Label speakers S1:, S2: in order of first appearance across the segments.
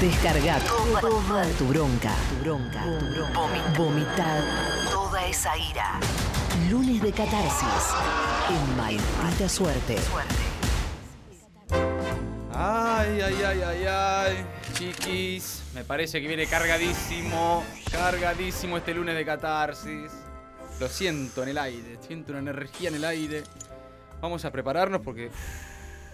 S1: Descarga toda tu bronca. Tu bronca. Tu bronca. Vomita toda esa ira. Lunes de catarsis. En maldita suerte.
S2: Ay, ay, ay, ay, ay. Chiquis, me parece que viene cargadísimo, cargadísimo este lunes de catarsis. Lo siento en el aire, siento una energía en el aire. Vamos a prepararnos porque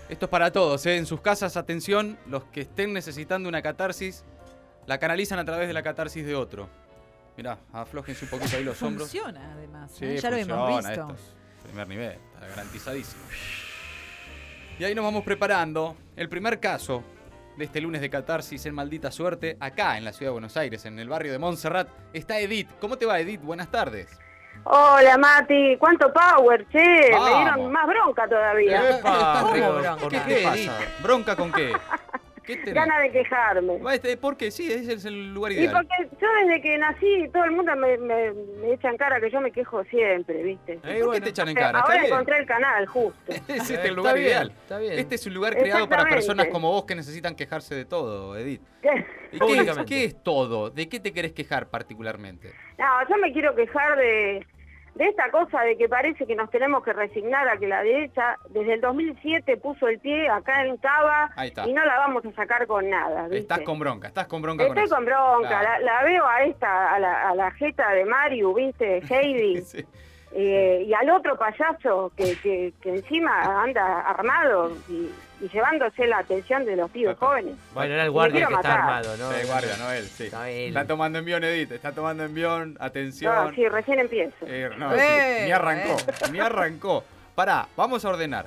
S2: esto es para todos, ¿eh? En sus casas, atención, los que estén necesitando una catarsis, la canalizan a través de la catarsis de otro. Mirá, aflojense un poquito ahí los hombros.
S3: Funciona además,
S2: Sí,
S3: ¿eh? ya lo hemos
S2: funciona,
S3: visto.
S2: esto es primer nivel, está garantizadísimo. Y ahí nos vamos preparando. El primer caso de este lunes de catarsis en maldita suerte, acá en la ciudad de Buenos Aires, en el barrio de Montserrat, está Edith. ¿Cómo te va, Edith? Buenas tardes.
S4: Hola Mati, ¿cuánto power, che?
S2: Vamos.
S4: Me dieron más bronca todavía.
S2: ¡Epa!
S3: ¿Cómo
S2: Rico,
S3: bronca?
S2: ¿Qué,
S3: ¿Qué
S2: qué, Edith? ¿Bronca con qué? ¿Qué tenés?
S4: Gana de quejarme.
S2: Va, este, Porque sí, ese es el lugar
S4: Y
S2: ideal. Eh,
S4: porque yo desde que nací, todo el mundo me, me, me echa en cara que yo me quejo siempre, ¿viste?
S2: ¿Y ¿Por qué te echan en
S4: Pero
S2: cara?
S4: eh, ahora
S2: ¿Está bien?
S4: encontré el canal, justo.
S2: Es este
S5: Está
S2: el lugar
S5: bien,
S2: ideal.
S5: está bien.
S2: Este es un lugar creado para
S4: Exactamente.
S2: personas como vos que necesitan quejarse de todo, Edith. ¿Y qué, es,
S5: Públicamente.
S2: qué es todo? ¿De qué te querés quejar particularmente?
S4: No, yo me quiero quejar de, de esta cosa de que parece que nos tenemos que resignar a que la derecha desde el 2007 puso el pie acá en Cava
S2: Ahí está.
S4: y no la vamos a sacar con nada. ¿viste?
S2: Estás con bronca, estás con bronca
S4: Estoy
S2: eso.
S4: con bronca, la,
S2: Claro.
S4: la veo a esta, a la, a la jeta de Mario, ¿viste? Heidi.
S2: Sí.
S4: Eh, y al otro payaso que, que, que encima anda armado y, y llevándose la atención de los pibes jóvenes.
S5: Bueno, era el
S4: Me
S5: guardia
S4: quiero
S5: que está
S4: matar.
S5: armado, ¿no?
S2: Sí, guardia, Noel, sí.
S5: Está él.
S2: Está tomando envión, Edith, está tomando envión,
S4: No,
S2: atención.
S4: sí, recién empiezo.
S2: Eh, no,
S3: Eh,
S2: sí, me arrancó, me arrancó. Pará, vamos a ordenar.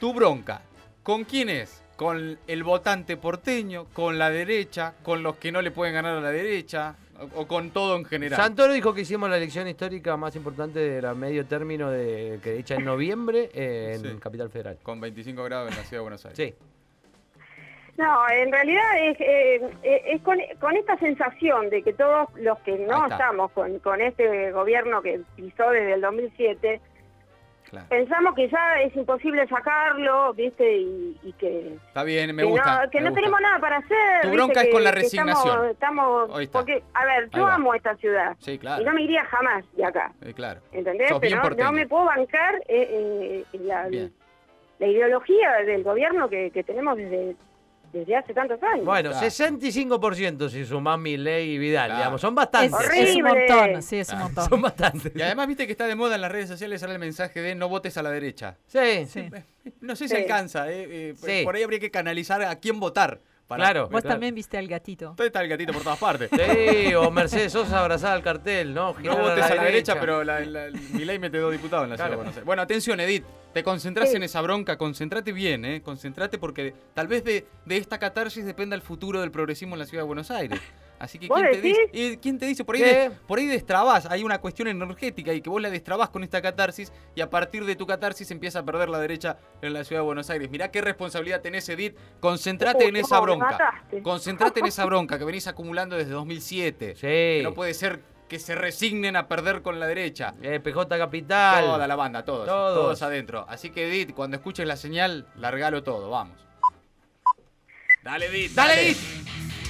S2: Tu bronca, ¿con quién es? ¿Con el votante porteño? ¿Con la derecha? ¿Con los que no le pueden ganar a la derecha? ¿O, o con todo en general?
S5: Santoro dijo que hicimos la elección histórica más importante de la medio término de, que hecha en noviembre eh, en
S2: Sí.
S5: Capital Federal.
S2: Con 25 grados en la ciudad de Buenos Aires.
S5: Sí.
S4: No, en realidad es, eh, eh, es con, con esta sensación de que todos los que
S2: Ahí
S4: no
S2: está.
S4: estamos con, con este gobierno que pisó desde el 2007,
S2: Claro.
S4: pensamos que ya es imposible sacarlo, ¿viste? Y, y que,
S2: Está bien, me
S4: que
S2: gusta.
S4: no, que
S2: me
S4: no
S2: gusta.
S4: tenemos nada para hacer.
S2: Tu
S4: ¿viste?
S2: bronca es
S4: que-
S2: con la
S4: que
S2: resignación.
S4: Estamos,
S2: Ahí
S4: estamos
S2: está.
S4: porque, a ver,
S2: Ahí
S4: yo
S2: va.
S4: amo esta ciudad
S2: Sí,
S4: y
S2: claro.
S4: no me iría jamás de acá.
S2: Eh, claro.
S4: ¿Entendés?
S2: Sos bien
S4: Pero
S2: porteño.
S4: no me puedo bancar eh, eh, eh, la,
S2: Bien.
S4: la ideología del gobierno que, que tenemos desde, desde hace tantos años.
S5: Bueno,
S2: Claro.
S5: 65% si sumás Milei y Vidal,
S2: Claro.
S5: digamos, son
S3: Es,
S5: bastantes.
S4: Horrible.
S3: es un montón, sí,
S2: Ah,
S3: es un
S5: Son
S3: montón.
S5: bastantes.
S2: Y además, viste que está de moda en las redes sociales ahora el mensaje de no votes a la derecha.
S5: Sí,
S3: Sí.
S2: No sé si
S4: Sí.
S2: alcanza, eh, eh, por-
S5: Sí.
S2: por ahí habría que canalizar a quién votar. para-
S5: Claro.
S3: Vos
S5: claro.
S3: también viste al gatito.
S2: Entonces está el gatito por todas partes.
S5: Sí, o Mercedes Sosa abrazada al cartel, ¿no?
S2: No
S5: Girar
S2: votes a la derecha, pero la, la, Milei mete dos diputados en la ciudad de
S5: Claro.
S2: Buenos Aires. Bueno, atención, Edith. Te concentrás
S4: Sí.
S2: en esa bronca, concentrate bien, ¿eh? Concentrate porque tal vez de, de esta catarsis dependa el futuro del progresismo en la ciudad de Buenos Aires. Así que,
S4: ¿Vos
S2: ¿quién te
S4: decís?
S2: dice? eh, ¿Quién te dice? Por ahí,
S5: ¿Qué?
S2: des- por ahí destrabás, hay una cuestión energética y que vos la destrabás con esta catarsis y a partir de tu catarsis empieza a perder la derecha en la ciudad de Buenos Aires. Mirá qué responsabilidad tenés, Edith. Concentrate
S4: Uy,
S2: en
S4: no,
S2: esa
S4: me
S2: bronca.
S4: mataste.
S2: Concentrate en esa bronca que venís acumulando desde 2007.
S5: Sí.
S2: Que No puede ser que se resignen a perder con la derecha.
S5: Eh, PJ Capital.
S2: Toda la banda, todos, todos.
S5: Todos.
S2: adentro. Así que Edith, cuando escuches la señal, largalo todo, vamos. Dale Edith, dale Edith.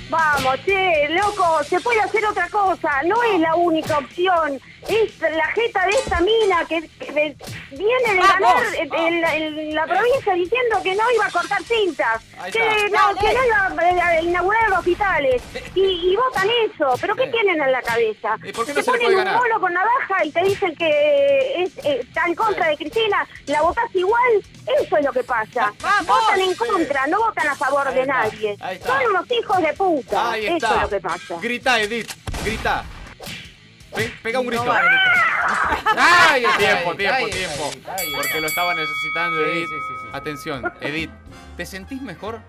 S4: Vamos, che, loco, se puede hacer otra cosa, no es la única opción, es la jeta de esta mina que, que de- viene de ganar eh, en la- en la provincia diciendo que no iba a cortar cintas,
S2: Ahí
S4: que
S2: está.
S4: no, que no iba a eh, inaugurar hospitales, y, y votan eso, pero ¿qué
S2: Sí.
S4: tienen en la cabeza?
S2: ¿Y por qué no se le
S4: ponen
S2: puede
S4: un
S2: ganar?
S4: bolo con navaja y te dicen que eh, es, eh, está en contra
S2: Sí.
S4: de Cristina, la votás igual, eso es lo que pasa,
S2: Vamos.
S4: votan en
S2: Sí.
S4: contra, no votan a favor
S2: Ahí
S4: de
S2: está,
S4: nadie,
S2: ahí está.
S4: son unos hijos de puta.
S2: Ahí está.
S4: Eso es lo que pasa.
S2: Grita, Edith, grita. Pe- pega un grito.
S5: ¡Ay, ay,
S2: tiempo,
S5: ay,
S2: tiempo,
S5: ay,
S2: tiempo.
S5: ay, ay, ay.
S2: Porque lo estaba necesitando,
S5: Sí,
S2: Edith.
S5: sí, sí, sí.
S2: Atención, Edith, ¿te sentís mejor?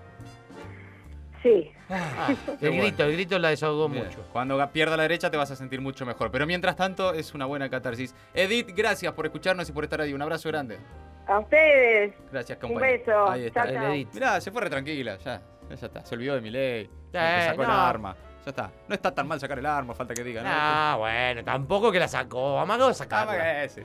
S4: Sí.
S2: Ah, qué
S5: El
S2: bueno.
S5: grito, el grito la desahogó
S2: Bien.
S5: mucho.
S2: Cuando ga- pierda la derecha te vas a sentir mucho mejor. Pero mientras tanto, es una buena catarsis. Edith, gracias por escucharnos y por estar ahí. Un abrazo grande.
S4: A ustedes.
S2: Gracias,
S4: Un
S2: compañero.
S4: beso.
S2: Ahí está.
S4: Chao,
S5: El
S4: chao.
S5: Edith.
S2: Mirá, se fue re tranquila, ya. Ya está. Se olvidó de mi ley.
S5: Eh,
S2: sacó el
S5: no.
S2: arma. Ya está. No está tan mal sacar el arma, falta que diga, ¿no?
S5: Ah, bueno, tampoco que la sacó. Vamos a
S2: Ah,
S5: sacarla.
S2: bueno, sí.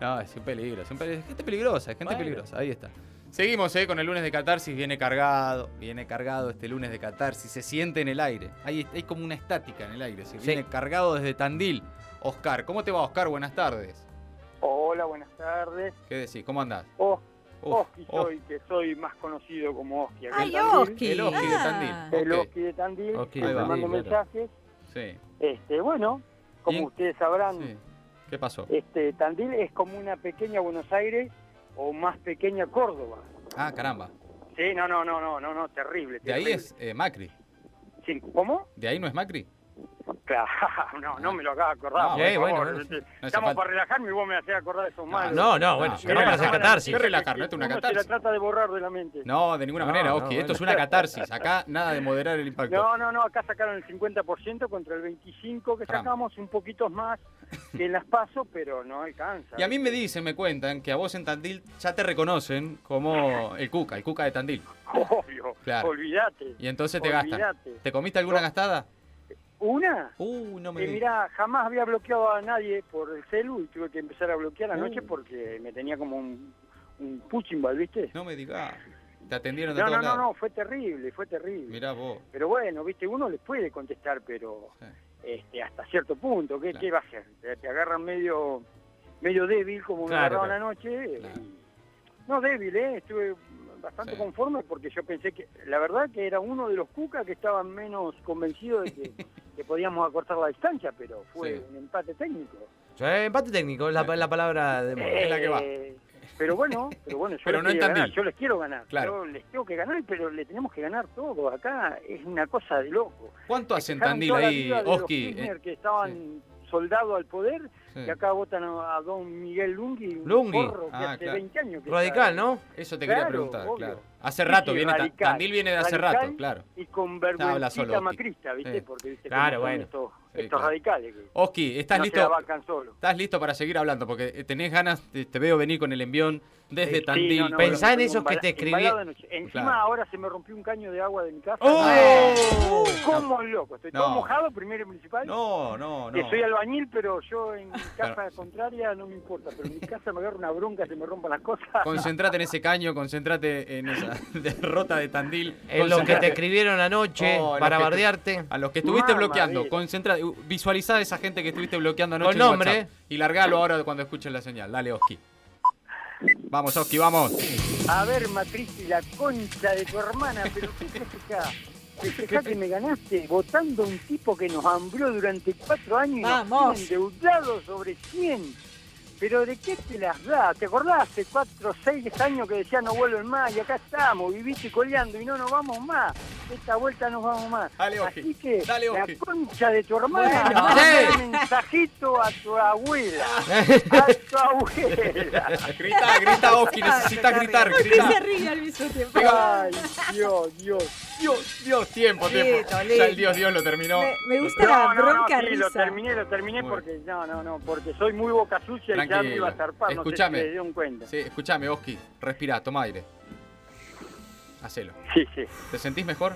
S2: No, es un peligro, es un peligro. Es gente peligrosa, es gente
S5: Bueno.
S2: peligrosa. Ahí está. Seguimos eh, con el lunes de catarsis, viene cargado, viene cargado este lunes de catarsis, se siente en el aire, hay, hay como una estática en el aire, se
S5: Sí.
S2: viene cargado desde Tandil. Oscar, ¿cómo te va Oscar? Buenas tardes.
S6: Hola, buenas tardes.
S2: ¿Qué decís? ¿Cómo andás?
S6: Os-
S2: Uf,
S6: Oski
S2: oh,
S6: soy, que soy más conocido como Oski. acá en
S3: ¡Ay,
S6: Tandil.
S3: Oski!
S2: El Oski de Tandil.
S3: Ah.
S6: El
S2: Ok,
S6: Oski de Tandil.
S5: Oski
S6: que
S2: de
S6: me
S2: Tandil,
S6: mando
S5: claro.
S6: mensajes.
S2: Sí,
S6: Este, bueno, como
S2: Bien.
S6: ustedes sabrán,
S2: sí. ¿Qué pasó?
S4: Eh.
S6: este Tandil es como una pequeña Buenos Aires o más pequeña Córdoba.
S2: Ah, caramba.
S6: Sí, no, no, no, no, no, no, terrible.
S2: De ahí
S6: terrible.
S2: es eh, Macri.
S6: Sí, ¿Cómo?
S2: ¿De ahí no es Macri?
S6: Claro, no, no me lo hagas acordar.
S2: Ah,
S6: por
S5: eh, bueno,
S6: favor.
S5: no, no
S6: Estamos
S2: falta.
S6: para relajarme y vos me hacés acordar de esos malos.
S5: No, no, bueno,
S2: Ah, No,
S5: si no para hacer
S2: no, no,
S5: catarsis.
S2: Qué relajar, no es una
S6: Uno
S2: catarsis.
S6: Se la trata de borrar de la mente.
S2: No, de ninguna
S5: No,
S2: manera,
S5: no,
S2: Oski. Esto
S5: bueno.
S2: es una catarsis. Acá nada de moderar el impacto.
S6: No, no, no, acá sacaron el 50% contra el 25% que
S2: Caramba.
S6: sacamos, un poquito más que en las pasos, pero no alcanza.
S2: Y a mí me dicen, me cuentan, que a vos en Tandil ya te reconocen como el Cuca, el Cuca de Tandil.
S6: Obvio,
S2: Claro.
S6: olvídate.
S2: Y entonces te gastan.
S6: Olvídate.
S2: ¿Te comiste alguna
S6: No.
S2: gastada?
S6: Una,
S2: Uh, no me
S6: que
S2: digas.
S6: mirá, jamás había bloqueado a nadie por el celu y tuve que empezar a bloquear
S2: Uh.
S6: anoche porque me tenía como un, un puchimbal, ¿viste?
S2: No me digas. Te atendieron de
S6: No,
S2: todos
S6: no, no,
S2: lados.
S6: no, fue terrible, fue terrible.
S2: Mirá vos.
S6: Pero bueno, viste, uno le puede contestar, pero
S2: Sí.
S6: este, hasta cierto punto, ¿qué,
S2: Claro.
S6: qué va a hacer? Te, te agarran medio medio débil, como me
S5: Claro,
S6: agarraron anoche.
S2: Claro.
S6: y- No débil, ¿eh? estuve bastante
S2: Sí.
S6: conforme porque yo pensé que, la verdad que era uno de los cucas que estaban menos convencido de que, que podíamos acortar la distancia, pero fue
S2: Sí.
S6: un empate técnico.
S5: Sí, empate técnico, es la, es la palabra de moda.
S2: Es la que va.
S6: Eh, Pero bueno, pero bueno, yo,
S2: Pero
S6: les
S2: no
S6: quería ganar,
S2: entendí.
S6: yo les quiero ganar,
S2: Claro.
S6: yo les tengo que ganar, pero le tenemos que ganar todos. Acá es una cosa de loco.
S2: ¿Cuánto hacen
S6: Dejaron
S2: Tandil
S6: toda la
S2: ahí,
S6: vida de los
S2: Oski?
S6: Kirchner
S2: Eh,
S6: que estaban soldados al poder,
S2: sí.
S6: que acá votan a, a don Miguel Lungui, un
S5: Lungui,
S6: porro que
S2: ah,
S6: hace
S2: claro.
S6: 20 años que
S5: Radical,
S6: está-
S5: ¿no?
S2: Eso te quería
S6: Claro,
S2: preguntar,
S6: obvio.
S2: claro. Hace
S6: Sí,
S2: rato
S6: sí,
S2: viene Ta-
S6: radical.
S2: Tandil viene de hace
S6: Radical.
S2: rato, claro.
S6: Y con
S2: habla
S6: vergüencita
S2: solo Oski.
S6: macrista, ¿viste?
S2: Sí.
S6: Porque viste
S5: Claro,
S6: cómo son
S5: bueno.
S6: estos,
S2: Sí,
S6: estos
S2: claro.
S6: radicales que
S2: Oski, ¿estás
S6: no se
S2: listo?
S6: la bancan solo.
S2: ¿Estás listo para seguir hablando? Porque eh, tenés ganas, te, te veo venir con el envión desde
S6: Eh, Sí,
S2: Tandil.
S6: no, no,
S5: Pensá
S6: no,
S5: en
S6: tengo
S5: esos que
S6: embala-
S5: te escribí-
S6: embalado de noche. Encima
S2: Claro.
S6: ahora se me rompió un caño de agua de mi casa.
S5: ¡Oh!
S6: Ah, como loco, estoy todo
S2: No.
S6: mojado, primero y principal.
S2: No, no, no.
S6: Que soy albañil, pero yo en casa
S2: Claro.
S6: contraria no me importa. Pero en mi casa me agarra una bronca, se me rompan las cosas.
S2: Concentrate en ese caño, concentrate en esa derrota de Tandil.
S5: Es lo que te
S2: Concentrate.
S5: escribieron anoche
S2: Oh, en
S5: para
S2: los que-
S5: bardearte.
S2: A los que estuviste
S6: Mamá
S2: bloqueando,
S6: mía.
S2: concentra, u- visualizá a esa gente que estuviste bloqueando anoche.
S5: Con
S2: en
S5: nombre.
S2: WhatsApp Y largalo ahora cuando escuchen la señal. Dale, Oski. Vamos, Oski, vamos.
S6: A ver, Matriz y la concha de tu hermana, pero ¿qué festejá? Festejá que me ganaste votando a un tipo que nos hambrió durante cuatro años y nos
S3: Vamos.
S6: tiene endeudado sobre 100. Pero ¿de qué te las da? ¿Te acordás hace cuatro, seis años que decía no vuelven más y acá estamos, viviste coleando y no nos vamos más? Esta vuelta nos vamos más.
S2: Dale, Oji.
S6: Así que
S2: Dale,
S6: la
S2: Oji.
S6: concha de tu hermana,
S3: Bueno.
S6: mandale
S5: Sí.
S6: un mensajito a tu abuela. A tu abuela.
S2: Grita, grita, Oski, necesitas gritar,
S3: ¿Por qué se
S2: grita.
S3: ríe al mismo tiempo?
S6: Ay, Dios, Dios.
S2: Dios, Dios, tiempo, tiempo.
S3: Listo,
S2: Ya
S3: listo.
S2: el Dios, Dios lo terminó.
S3: Me, me gusta la bronca
S6: sí,
S3: risa.
S6: lo terminé, lo terminé
S2: Muy
S6: porque no, no, no, porque soy muy boca sucia y ya me iba a
S2: Tranquilo.
S6: zarpar,
S2: Escuchame.
S6: no sé si se dieron cuenta.
S2: Sí, escúchame, Oski, respira, toma aire. Hacelo.
S6: Sí, sí,
S2: ¿Te sentís mejor?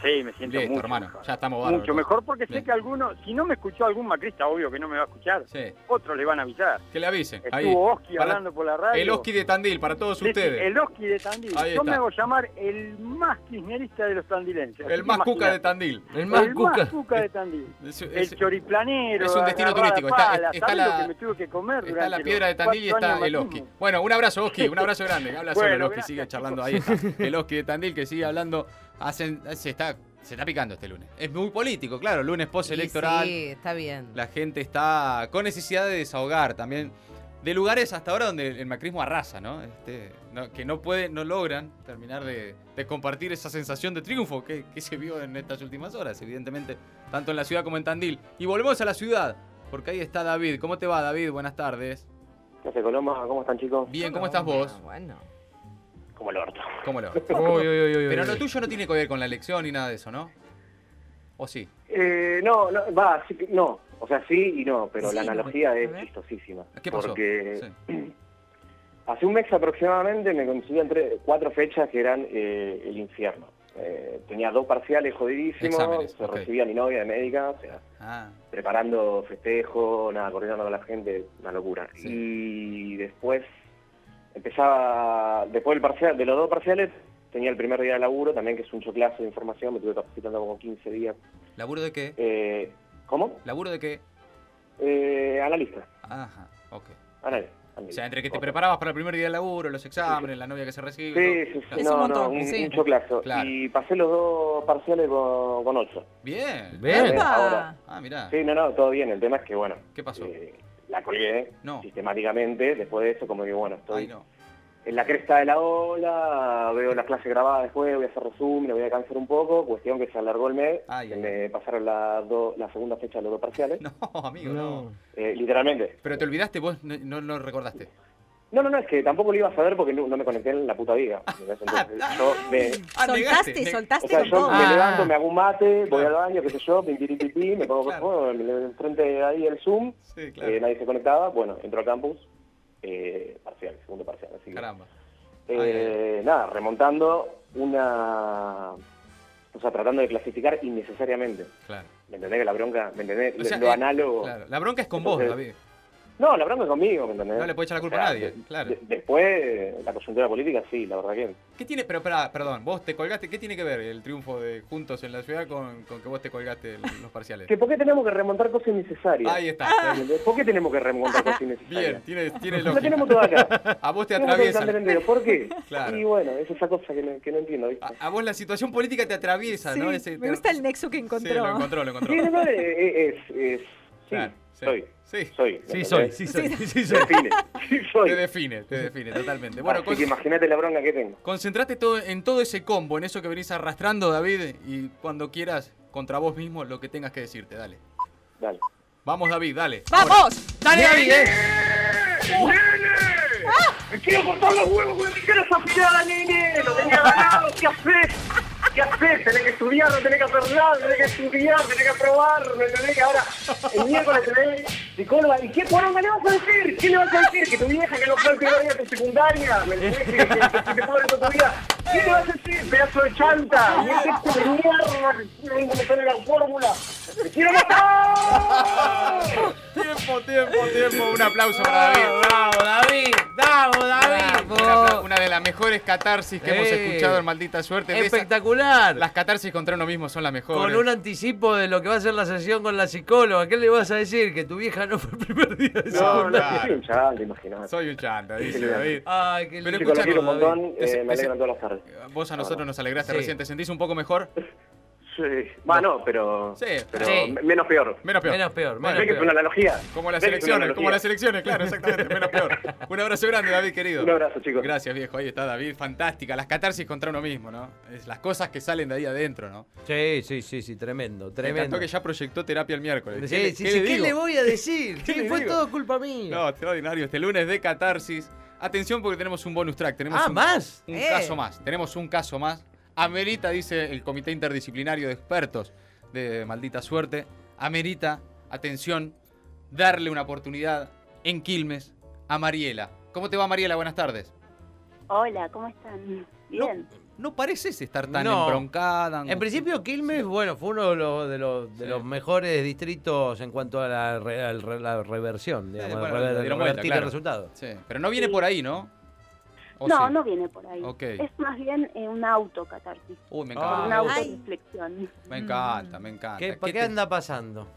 S6: sí, me siento
S2: Listo,
S6: mucho
S2: hermano.
S6: mejor.
S2: Ya estamos bárbaros.
S6: Mucho mejor porque
S2: Bien.
S6: sé que alguno, si no me escuchó algún macrista, obvio que no me va a escuchar,
S2: Sí.
S6: otros le van a avisar.
S2: Que le avisen. Ahí.
S6: Estuvo Oski
S2: Para-
S6: hablando por la radio.
S2: El Oski de Tandil, para todos
S6: Sí, sí,
S2: ustedes.
S6: el Oski de Tandil.
S2: Ahí
S6: Yo
S2: está.
S6: me hago llamar el más kirchnerista de los tandilenses.
S2: El más cuca de Tandil.
S5: El
S6: El
S5: más
S6: más
S5: cuca.
S6: cuca de Tandil.
S2: Es- es-
S6: El choriplanero.
S2: es un destino
S6: agarrada
S2: turístico. Está-
S6: pala,
S2: está
S6: ¿sabés lo
S2: la-
S6: que me tuve que comer
S2: está la
S6: durante
S2: piedra de
S6: los
S2: Tandil y
S6: cuatro
S2: está
S6: años
S2: el Oski.
S6: macrismo?
S2: Bueno, un abrazo, Oski. Un abrazo grande. Habla solo el
S6: Bueno,
S2: Oski,
S6: gracias,
S2: sigue charlando. Ahí está. El Oski de Tandil que sigue hablando. Hacen, se, está, se está picando este lunes. Es muy político, claro. Lunes postelectoral.
S7: Sí, está bien.
S2: La gente está con necesidad de desahogar también. De lugares hasta ahora donde el macrismo arrasa, ¿no? Este, no- que no pueden, no logran terminar de, de compartir esa sensación de triunfo que, que se vio en estas últimas horas, evidentemente, tanto en la ciudad como en Tandil. Y volvemos a la ciudad, porque ahí está David. ¿Cómo te va, David? Buenas tardes.
S8: ¿Qué hace Coloma? ¿Cómo están chicos?
S2: Bien, ¿cómo estás vos?
S7: Bueno.
S8: Como el orto.
S2: ¿Cómo lo?
S5: Uy, uy, uy, uy,
S2: Pero
S5: uy.
S2: lo tuyo no tiene que ver con la elección ni nada de eso, ¿no? ¿O sí?
S8: Eh, no, no, va, sí que- no. O sea, sí y no, pero
S7: Sí,
S8: la
S7: no.
S8: analogía
S7: A
S8: es
S7: ver.
S8: chistosísima.
S2: ¿Qué pasó?
S8: Porque
S2: Sí.
S8: hace un mes aproximadamente me consumían entre cuatro fechas que eran eh, el infierno. Eh, tenía dos parciales jodidísimos,
S2: Exámenes,
S8: se
S2: ok.
S8: recibía mi novia de médica, o sea,
S2: Ah,
S8: preparando festejo, nada, coordinando con la gente, una locura.
S2: Sí.
S8: Y después Empezaba, después del parcial, de los dos parciales, tenía el primer día de laburo también, que es un choclazo de información, me estuve capacitando como 15 días.
S2: ¿Laburo de qué?
S8: Eh, ¿Cómo?
S2: ¿Laburo de qué?
S8: Eh, analista.
S2: Ajá, ok.
S8: Anal-
S2: O
S8: analista.
S2: sea, entre que te
S8: Otra.
S2: preparabas para el primer día de laburo, los exámenes, la novia que se
S8: Sí,
S2: recibe.
S8: sí, sí,
S2: Es
S8: no,
S7: un
S8: no,
S7: montón,
S8: un,
S7: sí.
S8: un choclazo.
S2: Claro.
S8: Y pasé los dos parciales con, con ocho.
S2: todo. Bien.
S5: Bien.
S8: Eh, ahora-
S2: Ah, mirá.
S8: Sí, no, no, todo bien. El tema es que, bueno,
S2: ¿Qué pasó?
S8: eh, la colgué
S2: No.
S8: sistemáticamente. Después de eso, como que, bueno, estoy
S2: Ay, no.
S8: en la cresta de la ola, veo las clases grabadas después, voy a hacer resumen, voy a cansar un poco. Cuestión que se alargó el mes,
S2: Ay,
S8: que
S2: ay,
S8: me pasaron la, do- la segunda fecha de los dos parciales.
S2: No, amigo, no.
S8: Eh, literalmente.
S2: Pero te olvidaste, vos no, no lo recordaste.
S8: No, no, no, es que tampoco lo iba a saber porque no, no me conecté en la puta vida. Entonces, yo me,
S2: Ah,
S7: Soltaste,
S2: negaste, ne-
S8: O
S7: soltaste
S8: sea,
S7: con
S8: yo
S7: todo.
S8: me
S5: Ah.
S8: levanto, me hago un mate, voy al
S2: Claro.
S8: baño, qué sé yo, pim, piri, pi, pi, me pongo
S2: Claro.
S8: bueno, me le- enfrente ahí el Zoom,
S2: Sí, claro.
S8: eh, nadie se conectaba, bueno, entro al campus, eh, parcial, segundo parcial, así que,
S2: Caramba.
S8: eh, nada, remontando una, o sea, tratando de clasificar innecesariamente,
S2: Claro.
S8: ¿me entendés que la bronca, me entendés,
S2: O sea,
S8: lo
S2: eh,
S8: análogo,
S2: Claro. La bronca es con vos, David.
S8: Entonces, no, la bronca es conmigo, ¿me entendés?
S2: No le puedo echar la culpa
S8: O sea,
S2: a nadie,
S8: de-
S2: claro.
S8: de- después, la coyuntura política, sí, la verdad que,
S2: ¿Qué tiene, pero pará, perdón, vos te colgaste, ¿qué tiene que ver el triunfo de Juntos en la Ciudad con, con que vos te colgaste en los parciales?
S8: que ¿por qué tenemos que remontar cosas innecesarias?
S2: Ahí está. está
S8: ¿Por qué tenemos que remontar cosas innecesarias?
S2: eh. Bien, tiene, tiene
S8: Lo
S2: lógica.
S8: tenemos todo acá.
S2: A vos te
S8: Tenemos todo el
S2: atraviesa.
S8: plantel entero. ¿Por qué?
S2: Claro. Ah,
S8: Y bueno, es esa cosa que no, que no entiendo, ¿viste?
S2: A, a vos la situación política te atraviesa,
S7: Sí,
S2: Ah, ¿no? Ese-
S7: me gusta el nexo que encontró.
S2: Sí, lo encontró, lo encontró.
S8: Sí, no, no, eh, eh, es, es, sí,
S2: Claro, sí.
S8: soy,
S2: Sí.
S8: soy.
S5: Sí
S8: ¿me
S5: soy,
S8: entendés?
S5: sí soy, sí
S8: Me
S5: soy.
S8: define, sí soy.
S2: Te define, te define totalmente. Bueno, pues-
S8: Así
S2: con-
S8: que imagínate la bronca que tengo.
S2: concentrate todo en todo ese combo, en eso que venís arrastrando, David, y cuando quieras, contra vos mismo, lo que tengas que decirte, dale.
S8: Dale.
S2: Vamos, David, dale.
S7: ¡Vamos!
S2: ¡Dale, David! eh!
S6: ¡Me quiero cortar los huevos con mi cara afilada, nene! ¡Lo tenía ganado! ¿Qué haces? ¿Qué haces? Tenés que estudiar, no tenés que hacer nada, tenés que estudiar, tenés que aprobar, no tenés que ahora... El miércoles tenés psicóloga. ¿Y qué poronga le vas a decir? ¿Qué le vas a decir? ¿Que tu vieja que no fue el primer día de tu secundaria? ¿Me entendés? ¿Que, que, que te pobre toda tu vida? ¿Qué le vas a decir, pedazo de chanta? ¿Y ese texto de mierda que tiene que poner la fórmula? ¡Me quiero matar!
S2: Tiempo, tiempo, tiempo. Un aplauso para David. ¡Bravo, David! ¡Bravo, David! Un apla- Una de las mejores catarsis que hemos
S5: Eh.
S2: escuchado en Maldita Suerte. De esas-
S5: Espectacular.
S2: Las catarsis contra uno mismo son las mejores.
S5: Con un anticipo de lo que va a ser la sesión con la psicóloga. ¿Qué le vas a decir? Que tu vieja no fue el primer día de
S8: No, no,
S5: secundaria.
S8: yo soy un chaval, imagínate.
S2: Soy un chanta, dice David.
S5: Ay, qué
S2: Pero
S5: lindo.
S8: Chicos, los
S2: escucha,
S8: quiero un
S2: David,
S8: montón,
S2: es-
S8: eh, me
S2: es-
S8: alegran todas las tardes.
S2: Vos a nosotros nos alegraste
S5: Sí.
S2: recién. ¿Te sentís un poco mejor?
S8: Sí. Va, no, pero...
S2: Sí.
S8: Pero
S5: Sí.
S8: me- menos peor.
S2: Menos peor.
S5: Menos peor, menos
S8: Sé que es una analogía.
S2: Como las
S8: Sé que es una
S2: elecciones, como
S8: analogía.
S2: las elecciones, claro, exactamente. Menos peor. Un abrazo grande, David, querido.
S8: Un abrazo, chicos.
S2: Gracias, viejo. Ahí está David, fantástica. Las catarsis contra uno mismo, ¿no? Es las cosas que salen de ahí adentro, ¿no?
S5: Sí, sí, sí, sí, tremendo,
S2: Me encantó
S5: tremendo.
S2: que ya proyectó terapia el miércoles.
S5: Sí,
S2: le-
S5: sí, sí, ¿Qué
S2: digo?
S5: le voy a decir?
S2: ¿Qué
S5: Sí,
S2: le
S5: fue
S2: digo?
S5: todo culpa mía.
S2: No, extraordinario. Este lunes de catarsis. Atención porque tenemos un bonus track. Tenemos
S5: ah,
S2: un,
S5: más.
S2: Un
S7: Eh.
S2: caso más. Tenemos un caso más. Amerita, dice el Comité Interdisciplinario de Expertos de Maldita Suerte. Amerita, atención, darle una oportunidad en Quilmes a Mariela. ¿Cómo te va, Mariela? Buenas tardes.
S9: Hola, ¿cómo están? Bien.
S2: No pareces estar tan
S5: No.
S2: embroncada.
S5: En principio, Quilmes, bueno, fue uno de los, de los, de
S2: Sí.
S5: los mejores distritos en cuanto a la, re- al re- la reversión, digamos,
S2: bueno,
S5: rever-
S2: le
S5: revertir
S2: dieron vuelta, claro.
S5: el resultado.
S2: Sí, pero no viene por ahí, ¿no? ¿O
S9: no,
S2: sí?
S9: no viene por ahí.
S2: Ok.
S9: Es más bien eh, una autocatarsis,
S2: Uy, me
S5: Ah.
S9: una
S2: encanta.
S9: autorreflexión.
S2: Me encanta, me encanta.
S5: ¿Qué, pa- ¿Qué
S2: Ah, te-
S5: anda pasando?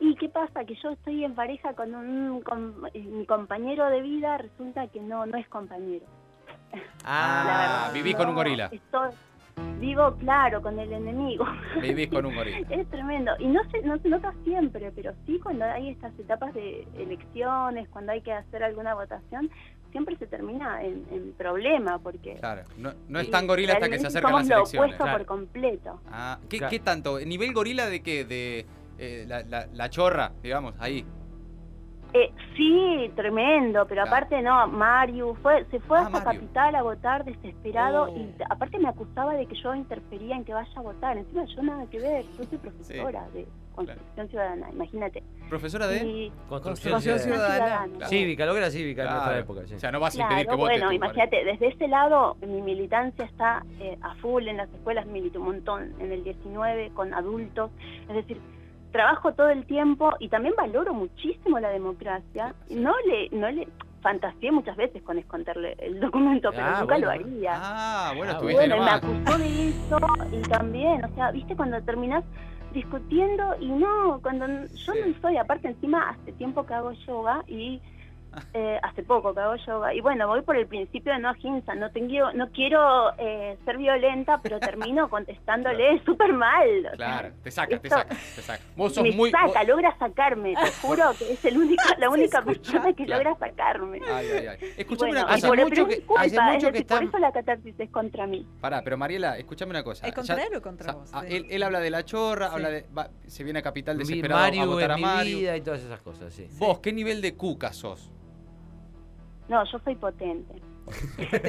S9: ¿Y qué pasa? Que yo estoy en pareja con un com- eh, mi compañero de vida, resulta que no, no es compañero.
S2: Ah, vivís con un gorila.
S9: Estoy, vivo, claro, con el enemigo.
S2: Vivís con un gorila.
S9: Es tremendo. Y no se, no se nota siempre, pero sí cuando hay estas etapas de elecciones, cuando hay que hacer alguna votación, siempre se termina en, en problema, porque...
S2: Claro, no, no es
S9: Sí,
S2: tan gorila hasta que se
S9: realmente
S2: acercan las
S9: somos lo
S2: elecciones.
S9: opuesto
S5: Claro.
S9: por completo.
S2: Ah, ¿qué,
S5: Claro.
S2: qué tanto? ¿Nivel gorila de qué? De eh, la, la- la chorra, digamos, ahí.
S9: Eh, sí, tremendo, pero
S2: Claro.
S9: aparte no, Mario fue, se fue
S2: Ah,
S9: hasta
S2: Mario.
S9: Capital a votar desesperado
S2: Oh.
S9: y t- aparte me acusaba de que yo interfería en que vaya a votar. Encima yo nada que ver, yo soy profesora de Constitución Ciudadana, imagínate.
S2: Profesora Ah, de...
S9: Y
S5: Construcción
S9: Construcción
S5: ciudadana.
S2: Claro.
S5: Cívica, lo que era cívica en nuestra
S2: Claro.
S5: época. sí.
S2: O sea, no vas a impedir que
S9: Claro,
S2: vote.
S9: bueno,
S2: tu
S9: imagínate, desde ese lado mi militancia está eh, a full en las escuelas, milito un montón en el 19 con adultos, es decir, trabajo todo el tiempo y también valoro muchísimo la democracia. No le, no le, fantaseé muchas veces con esconderle el documento, pero
S5: Ah,
S9: nunca
S5: bueno,
S9: lo haría.
S2: Ah, bueno,
S5: Ah,
S2: estuviste
S9: Bueno, y me
S2: nomás.
S9: acusó de eso y también, o sea, viste cuando terminás discutiendo y no, cuando n- yo
S2: Sí.
S9: no soy, aparte encima hace tiempo que hago yoga y
S2: Ah.
S9: eh, hace poco que hago yoga y bueno, voy por el principio de no aginza, no tengo, no quiero eh, ser violenta, pero termino contestándole súper mal. o sea,
S2: Claro, te saca, te
S9: Esto-
S2: saca, te saca. Vos sos
S9: me
S2: muy. vos-
S9: saca, logra sacarme, te juro que es el único, la única persona que
S2: Claro.
S9: logra sacarme.
S2: Ay, ay, ay. Escuchame
S9: Bueno,
S2: una
S9: y
S2: cosa.
S9: por-
S5: hace
S9: pero
S5: mucho
S9: no es
S5: que-
S9: culpa,
S5: hace
S9: es
S5: mucho que
S9: decir, por
S5: está-
S9: eso la catarsis es contra mí.
S2: Pará, pero Mariela, escúchame una cosa.
S3: ¿Es
S2: Ya-
S3: contra él o contra
S2: sa-
S3: vos?
S2: ah,
S3: Sí.
S2: él, él habla de la chorra,
S3: Sí.
S2: habla de. va- se viene a Capital
S5: Vi
S2: desesperado a
S5: Mario
S2: votar a
S5: en mi
S2: Mario.
S5: vida y todas esas cosas, sí.
S2: Vos, ¿qué nivel de cuca sos?
S9: No, yo soy potente.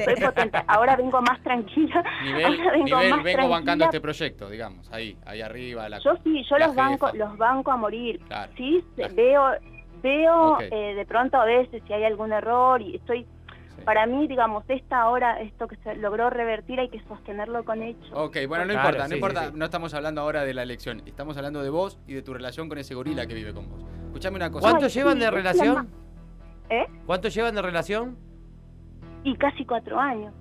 S9: Soy potente. Ahora vengo más tranquila.
S2: Nivel,
S9: Ahora vengo
S2: nivel,
S9: más
S2: vengo bancando
S9: tranquila.
S2: este proyecto, digamos. Ahí, ahí arriba. La,
S9: Yo sí, yo
S2: la
S9: los banco,
S2: jefa.
S9: los banco a morir.
S2: Claro.
S9: Sí, se-
S2: Claro.
S9: veo, veo
S2: Ok.
S9: eh, de pronto a veces si hay algún error y estoy.
S2: sí.
S9: Para mí, digamos, esta hora, esto que se logró revertir, hay que sostenerlo con hechos.
S2: Ok, bueno, no
S5: Claro,
S2: importa, no
S5: sí, sí,
S2: importa.
S5: sí.
S2: No estamos hablando ahora de la elección. Estamos hablando de vos y de tu relación con ese gorila que vive con vos. Escuchame una cosa.
S5: ¿Cuánto
S9: Ay,
S5: llevan
S9: sí,
S5: de
S9: es la
S5: relación?
S9: ¿Eh?
S5: ¿Cuánto llevan de relación?
S9: Y casi cuatro años.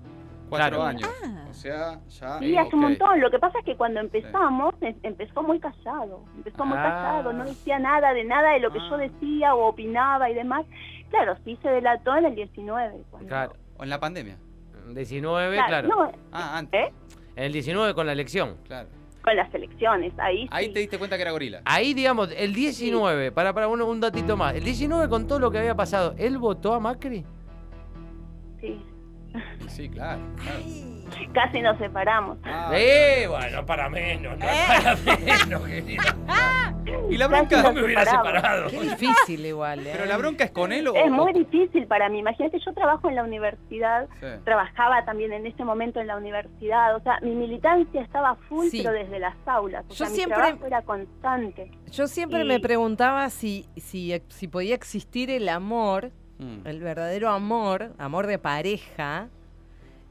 S2: Cuatro
S5: Claro.
S2: años.
S3: Ah.
S2: O sea, ya.
S9: Sí,
S2: eh,
S9: hace un
S2: ok.
S9: montón. Lo que pasa es que cuando empezamos, em- empezó muy callado. Empezó muy
S5: Ah.
S9: callado, no decía nada de nada de lo que
S2: Ah.
S9: yo decía o opinaba y demás. Claro, sí se delató en el 19. cuando-
S5: Claro.
S2: O en la pandemia.
S5: 19,
S9: Claro,
S5: claro.
S9: no,
S2: Ah, antes.
S9: ¿Eh?
S5: En el 19 con la elección.
S2: Claro.
S9: con las elecciones. Ahí,
S2: Ahí
S9: sí.
S2: te diste cuenta que era gorila.
S5: Ahí, digamos, el 19, para, para uno, un datito más. El 19 con todo lo que había pasado, ¿él votó a Macri?
S9: sí.
S2: Y Sí, claro. claro.
S9: Casi nos separamos.
S2: Ah,
S5: Eh, bueno, para menos, no para menos, querida.
S2: Ah, Y la
S9: Casi
S2: bronca.
S9: nos separamos.
S3: Qué difícil igual, ¿eh?
S2: Pero la bronca es con él o.
S9: Es
S2: o-
S9: muy difícil para mí. Imagínate, yo trabajo en la universidad,
S2: Sí.
S9: trabajaba también en ese momento en la universidad. O sea, mi militancia estaba full,
S3: Sí.
S9: pero desde las aulas. O
S3: Yo
S9: sea, mi
S3: siempre-
S9: trabajo era constante.
S3: Yo siempre
S9: Y-
S3: me preguntaba si, si, si podía existir el amor,
S2: Mm.
S3: el verdadero amor, amor de pareja,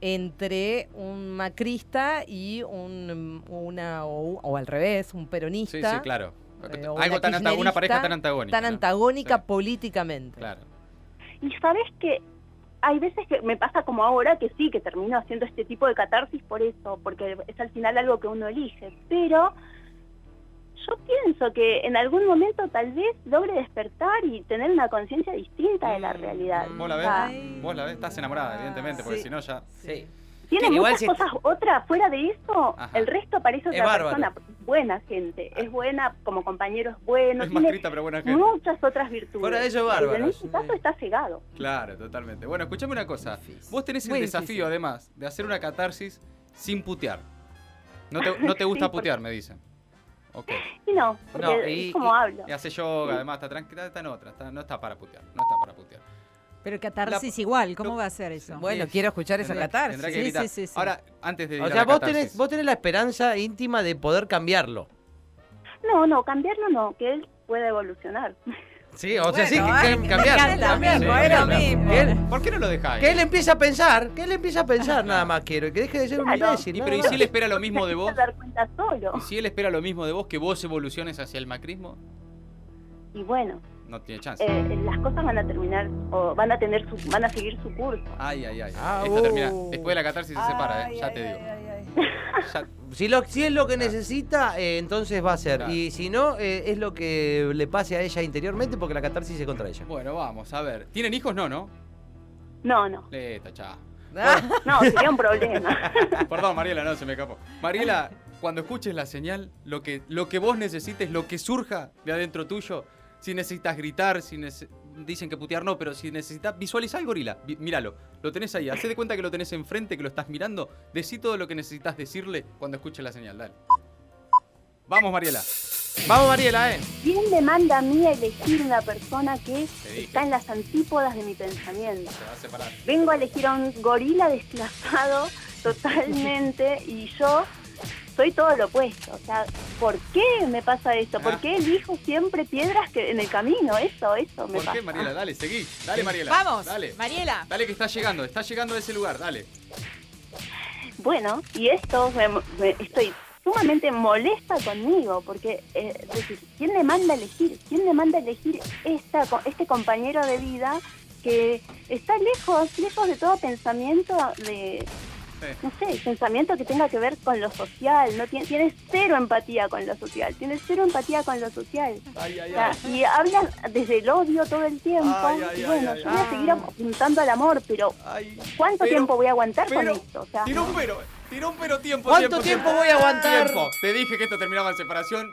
S3: entre un macrista y un, una, o, o al revés, un
S2: Sí,
S3: peronista.
S2: sí, claro.
S3: Eh, o
S2: Algo
S3: una
S2: tan anta- una pareja
S3: kirchnerista,
S2: tan antagónica.
S3: Tan
S2: ¿no?
S3: antagónica
S2: Sí.
S3: políticamente.
S2: Claro.
S9: Y sabes que hay veces que me pasa como ahora que sí, que termino haciendo este tipo de catarsis por eso, porque es al final algo que uno elige. Pero yo pienso que en algún momento tal vez logre despertar y tener una conciencia distinta de la realidad.
S2: ¿Vos la ves?
S9: Ah.
S2: Vos la ves, estás enamorada, evidentemente, porque
S3: Sí.
S2: si no ya.
S5: Sí.
S9: Tiene
S5: Igual
S9: muchas
S5: si-
S9: cosas, otra fuera de eso,
S2: Ajá.
S9: el resto parece
S5: Es
S9: otra
S5: bárbaro.
S9: persona. Buena gente, es buena, como compañero es bueno,
S2: es más
S9: tiene
S2: grita, pero buena gente.
S9: muchas otras virtudes.
S5: Fuera de eso,
S9: Pero En
S5: bárbaro.
S9: este caso está cegado.
S2: Claro, totalmente. Bueno, escuchame una cosa.
S5: Difícil.
S2: Vos tenés el
S3: Muy
S2: desafío,
S3: difícil.
S2: además, de hacer una catarsis sin putear. No te, no te gusta
S9: Sí, porque-
S2: putear, me dicen. Ok.
S9: Y no, porque
S5: No, y-
S9: es como
S5: y-
S9: hablo.
S2: Y hace yoga, además, está tranquila, está en otra. está- no está para putear. No está para putear.
S7: Pero catarsis igual, ¿cómo
S2: lo-
S7: va a ser eso?
S3: Bueno,
S2: Sí.
S3: quiero escuchar esa
S2: Tendrá-
S3: catarsis.
S2: tendrá que
S3: Sí,
S2: gritar.
S3: sí, sí, sí.
S2: Ahora, antes de ir
S5: O
S2: a
S5: sea,
S2: la
S5: vos
S2: catarsis.
S5: tenés, vos tenés la esperanza íntima de poder cambiarlo.
S9: No, no, cambiarlo no, que él pueda evolucionar.
S5: Sí, o sea, sí,
S3: Bueno,
S5: que,
S3: ay,
S5: que-
S3: me
S5: cambiarlo.
S3: encanta,
S5: cambiarlo,
S2: amigo, es lo
S5: cambiarlo.
S3: mismo.
S5: Que él,
S2: ¿Por qué no lo dejás?
S5: que él empiece a pensar, que él empiece a pensar nada más quiero, y que deje de ser un
S9: Claro.
S5: imbécil.
S2: Y
S5: nada
S2: pero ¿y
S5: más.
S2: si él espera lo mismo de
S9: Se
S2: vos?
S9: empieza a dar cuenta solo.
S2: ¿Y si él espera lo mismo de vos que vos evoluciones hacia el macrismo?
S9: Y bueno,
S2: No tiene chance.
S9: eh, las cosas van a terminar, o van a tener su, van a seguir su curso.
S2: Ay, ay, ay.
S5: Ah,
S2: Esta termina.
S5: uh.
S2: Después de la catarsis se separa, eh, ya te digo. Ya-
S5: Si, lo, si es lo que necesita, eh, entonces va a ser.
S2: Claro.
S5: Y si no, eh, es lo que le pase a ella interiormente porque la catarsis es contra ella.
S2: Bueno, vamos, a ver. ¿Tienen hijos? No, ¿no?
S9: No, no,
S2: Le tachá.
S9: no, sería un problema.
S2: Perdón, Mariela, no, se me escapó. Mariela, cuando escuches la señal, lo que, lo que vos necesites, lo que surja de adentro tuyo, si necesitas gritar, si nece- dicen que putear no, pero si necesitas, visualizar al gorila, vi- míralo, lo tenés ahí, hacé de cuenta que lo tenés enfrente, que lo estás mirando, decí todo lo que necesitas decirle cuando escuches la señal, dale. Vamos, Mariela. Vamos, Mariela, eh.
S9: ¿Quién me manda a mí a elegir una persona que
S2: dije.
S9: está en las antípodas de mi pensamiento?
S2: Se va a separar.
S9: Vengo a elegir a un gorila desplazado totalmente y yo soy todo lo opuesto. O sea, ¿por qué me pasa esto?
S2: Ah.
S9: ¿Por qué elijo siempre piedras que en el camino? Eso, eso me
S2: ¿Por
S9: pasa.
S2: qué, Mariela? Dale, seguí. Dale, Mariela.
S7: Vamos,
S2: Dale.
S7: Mariela.
S2: Dale que está llegando, está llegando a ese lugar, dale.
S9: Bueno, y esto me- me- estoy sumamente molesta conmigo, porque eh, es decir, ¿quién le manda a elegir? ¿Quién le manda a elegir esta, co- este compañero de vida porque está lejos, lejos de todo pensamiento de, no sé, pensamiento que tenga que ver con lo social. No tiene, tiene cero empatía con lo social. Tiene cero empatía con lo social. O sea, Y hablan desde el odio todo el tiempo.
S2: Ay, ay,
S9: y bueno,
S2: ay,
S9: yo voy a seguir apuntando al amor, pero ¿cuánto
S2: pero-
S9: tiempo voy a aguantar
S2: pero-
S9: con esto? O sea,
S2: Tiró un pero, tiró un pero tiempo.
S9: ¿Cuánto tiempo voy a aguantar? Ah.
S2: Tiempo. Te dije que esto terminaba en separación.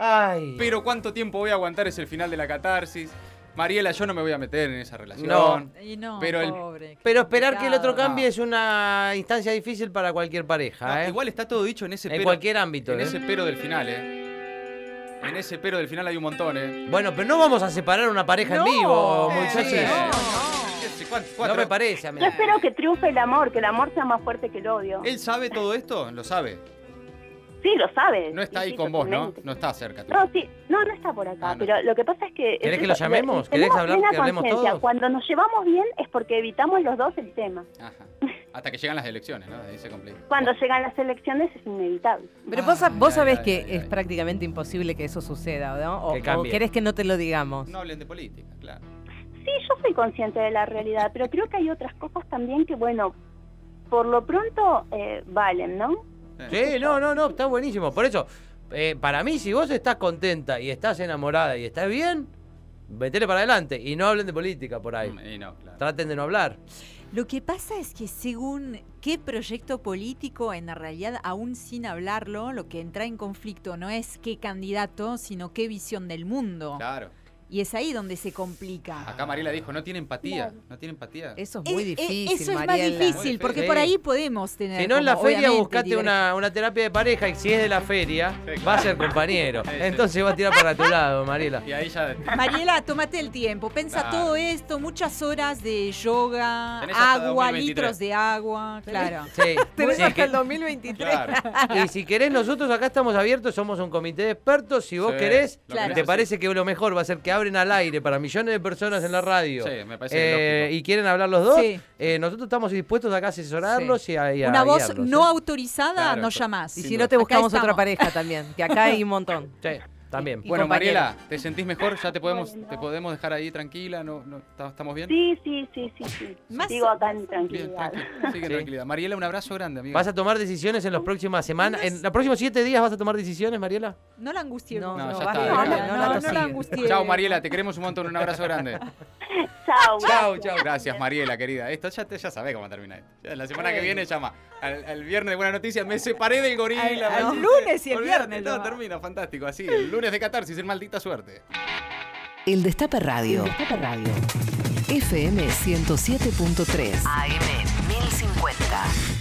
S2: Pero cuánto tiempo voy a aguantar es el final de la catarsis. Mariela, yo no me voy a meter en esa relación.
S5: No.
S7: Y no,
S2: Pero el-
S7: pobre.
S5: Pero esperar que el otro
S7: complicado.
S5: cambie es una instancia difícil para cualquier pareja.
S2: No,
S5: ¿eh?
S2: Igual está todo dicho en ese
S5: En
S2: pero.
S5: cualquier ámbito,
S2: En
S5: ¿eh?
S2: ese pero del final, ¿eh? En ese pero del final hay un montón, ¿eh?
S5: Bueno, pero no vamos a separar una pareja
S2: No.
S5: en vivo,
S2: Eh,
S5: muchachos.
S2: cuatro.
S5: No me parece a mí.
S9: yo espero que triunfe el amor, que el amor sea más fuerte que el odio.
S2: ¿Él sabe todo esto? Lo sabe.
S9: Sí, lo sabe.
S2: No está
S9: Sí,
S2: ahí
S9: sí,
S2: con vos, ¿no?
S9: totalmente.
S2: No está cerca. tú.
S9: No, sí, no, no está por acá, pero lo que pasa es que...
S2: ¿Querés
S9: es
S2: que lo
S9: eso,
S2: llamemos?
S9: tenemos
S2: ¿Querés hablar-
S9: plena
S2: que hablemos
S9: conciencia.
S2: todos?
S9: Cuando nos llevamos bien es porque evitamos los dos el tema.
S2: Ajá. Hasta que llegan las elecciones, ¿no? Ahí se complica.
S9: Cuando llegan las elecciones es inevitable.
S3: Pero vos, sab- vos sabés que es prácticamente imposible que eso suceda, ¿no? O,
S2: Que
S3: o
S2: cambie.
S3: querés que no te lo digamos.
S2: No hablen de política, claro.
S9: Sí, yo soy consciente de la realidad, pero creo que hay otras cosas también que, bueno, por lo pronto eh, valen, ¿no?
S5: Sí, no, no, no, está buenísimo. Por eso, eh, para mí, si vos estás contenta y estás enamorada y estás bien, metele para adelante. Y no hablen de política por ahí. Traten de no hablar.
S7: Lo que pasa es que según qué proyecto político, en la realidad, aún sin hablarlo, lo que entra en conflicto no es qué candidato, sino qué visión del mundo.
S2: Claro.
S7: Y es ahí donde se complica.
S2: Acá Mariela dijo, no tiene empatía. No tiene empatía.
S3: Eso
S7: Es- es- Eso es más
S2: Muy
S7: difícil,
S2: difícil.
S7: porque
S5: Sí.
S7: por ahí podemos tener.
S5: Si no en la
S7: como,
S5: feria,
S7: obviamente,
S5: buscate
S7: divergencias.
S5: una, una terapia de pareja y si es de la feria, va a ser compañero. Entonces va a tirar para tu lado, Mariela.
S2: Y ahí ya.
S7: Mariela, tómate el tiempo, pensa
S5: Claro.
S7: todo esto, muchas horas de yoga,
S5: Tenés hasta
S7: agua,
S5: 2023.
S7: litros de agua, claro.
S5: Sí.
S3: Tenés
S5: Sí,
S3: hasta
S5: que-
S3: el 2023.
S5: Y si querés, nosotros acá estamos abiertos, somos un comité de expertos. Si vos
S2: Sí,
S5: querés,
S2: lo que Claro.
S5: te parece que lo mejor va a ser que abren al aire para millones de personas en la radio.
S2: Sí, me parece
S5: eh, Y quieren hablar los dos.
S7: Sí.
S5: eh, nosotros estamos dispuestos acá a asesorarlos y a, y a
S7: Una voz
S5: guiarlos,
S7: no
S5: ¿eh?
S7: autorizada,
S5: Claro,
S7: no
S5: to-
S7: llamás.
S5: Y
S3: si no te
S7: Acá
S3: buscamos otra
S7: estamos.
S3: pareja también, que acá hay un montón.
S5: Sí, también.
S2: Bueno, Mariela, ¿te sentís mejor? ¿Ya te podemos, te podemos dejar ahí tranquila? ¿No, no, ¿está- ¿Estamos bien?
S9: Sí, sí, sí, sí, sí. Digo acá en tranquilidad.
S2: Sigue
S5: Sí.
S2: tranquilidad. Mariela, un abrazo grande, amiga.
S5: ¿Vas a tomar decisiones en las próximas semanas? ¿En los próximos siete días vas a tomar decisiones, Mariela?
S7: No la angustiemos.
S2: No, ya
S7: basta,
S2: está.
S7: no, no, no la angustiemos.
S2: Chao, Mariela, te queremos un montón. Un abrazo grande.
S9: Chao.
S2: Chao, chao. Gracias, Mariela, querida. Esto ya, te- ya sabés cómo termina esto. Ya la semana que
S3: Sí.
S2: viene llama. Al, al viernes de Buenas Noticias me separé del gorila.
S3: Al- al
S2: Francisco.
S3: lunes y el
S2: Olvídate,
S3: viernes
S2: No,
S3: nomás.
S2: termina, fantástico. Así, el lunes de catarsis, en maldita suerte.
S1: El Destape Radio. FM 107.3.
S2: AM
S1: 1050.